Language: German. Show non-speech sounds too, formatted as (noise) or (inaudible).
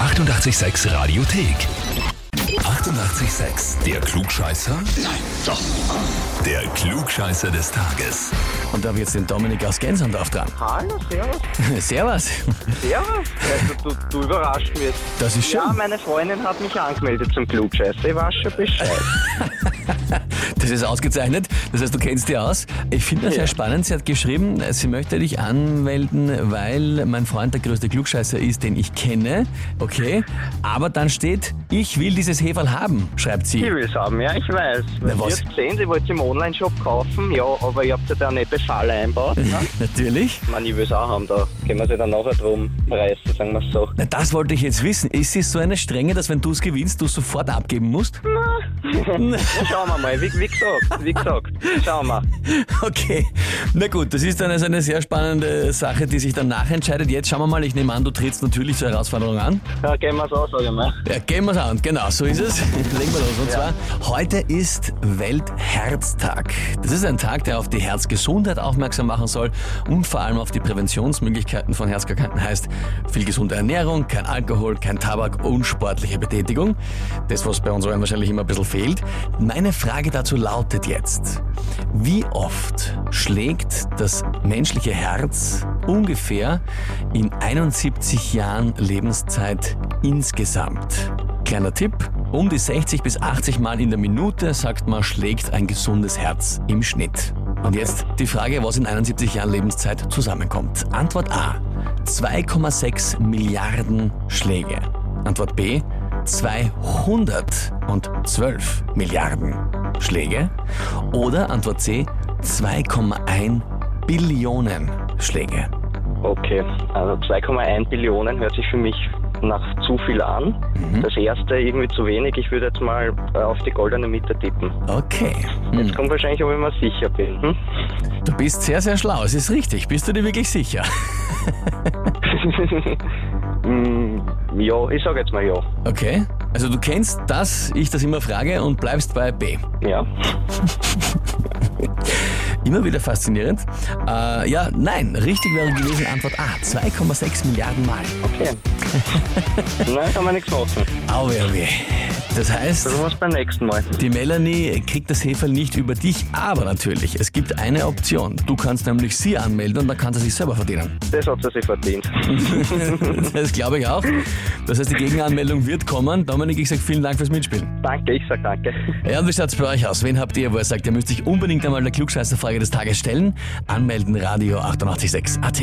886 Radiothek. 88,6. Der Klugscheißer? Nein, doch. Der Klugscheißer des Tages. Und da habe ich jetzt den Dominik aus Gensandorf dran. Hallo, servus. (laughs) Servus. Servus. Also, du, du überrascht mich. jetzt. Das ist schön. Ja, meine Freundin hat mich angemeldet zum Klugscheißer. Ich weiß schon Bescheid. Das ist ausgezeichnet. Das heißt, du kennst die aus. Ich finde das sehr spannend. Sie hat geschrieben, sie möchte dich anmelden, weil mein Freund der größte Klugscheißer ist, den ich kenne. Okay. Aber dann steht, ich will dieses Heferl haben, schreibt sie. Ich will es haben, ja, ich weiß. Na, was? Ihr habt gesehen, sie wollte es im Onlineshop kaufen, ja, aber ihr habt ja da eine nette Falle einbaut. Ne? Mhm. Natürlich. Ich meine, ich will es auch haben, da können wir sie dann nachher drum reißen, sagen wir es so. Na, das wollte ich jetzt wissen. Ist sie so eine Strenge, dass wenn du es gewinnst, du es sofort abgeben musst? (laughs) Ja, schauen wir mal, wie, wie gesagt, wie gesagt, schauen wir. Okay, na gut, das ist dann also eine sehr spannende Sache, die sich dann nachentscheidet. Jetzt schauen wir mal, ich nehme an, du trittst natürlich zur Herausforderung an. Ja, gehen wir es aus, sag ich mal. Ja, gehen wir's an, genau, so ist es. Legen wir los. Und Ja. zwar, heute ist Weltherztag. Das ist ein Tag, der auf die Herzgesundheit aufmerksam machen soll und vor allem auf die Präventionsmöglichkeiten von Herzkrankheiten heißt viel gesunde Ernährung, kein Alkohol, kein Tabak und sportliche Betätigung. Das, was bei uns allen wahrscheinlich immer ein bisschen fehlt. Meine Frage dazu lautet jetzt, wie oft schlägt das menschliche Herz ungefähr in 71 Jahren Lebenszeit insgesamt? Kleiner Tipp, um die 60 bis 80 Mal in der Minute, sagt man, schlägt ein gesundes Herz im Schnitt. Und jetzt die Frage, was in 71 Jahren Lebenszeit zusammenkommt. Antwort A, 2,6 Milliarden Schläge. Antwort B, 212 Milliarden Schläge. Oder Antwort C, 2,1 Billionen Schläge. Okay, also 2,1 Billionen hört sich für mich nach zu viel an. Mhm. Das erste irgendwie zu wenig. Ich würde jetzt mal äh, auf die goldene Mitte tippen. Okay. Hm. Kommt wahrscheinlich, ob ich mir sicher bin. Hm? Du bist sehr, sehr schlau. Es ist richtig. Bist du dir wirklich sicher? Mm, ja, ich sage jetzt mal ja. Okay. Also du kennst das, ich das immer frage und bleibst bei B. Ja, Immer wieder faszinierend. Äh, ja, nein, richtig wäre gewesen Antwort A. 2,6 Milliarden Mal. okay. Nein, kann man nichts machen. Auwe, auwe. Das heißt, Versuchen wir es beim nächsten Mal. die Melanie kriegt das Heferl nicht über dich, aber natürlich, es gibt eine Option. Du kannst nämlich sie anmelden und dann kann sie sich selber verdienen. Das hat sie sich verdient. (laughs) das glaube ich auch. Das heißt, die Gegenanmeldung wird kommen. Dominik, ich sage vielen Dank fürs Mitspielen. Danke, ich sag danke. Ja, und wie schaut's bei euch aus? Wen habt ihr, wo ihr sagt, ihr müsst euch unbedingt einmal der Klugscheißerfrage des Tages stellen? Anmelden, Radio 886 AT.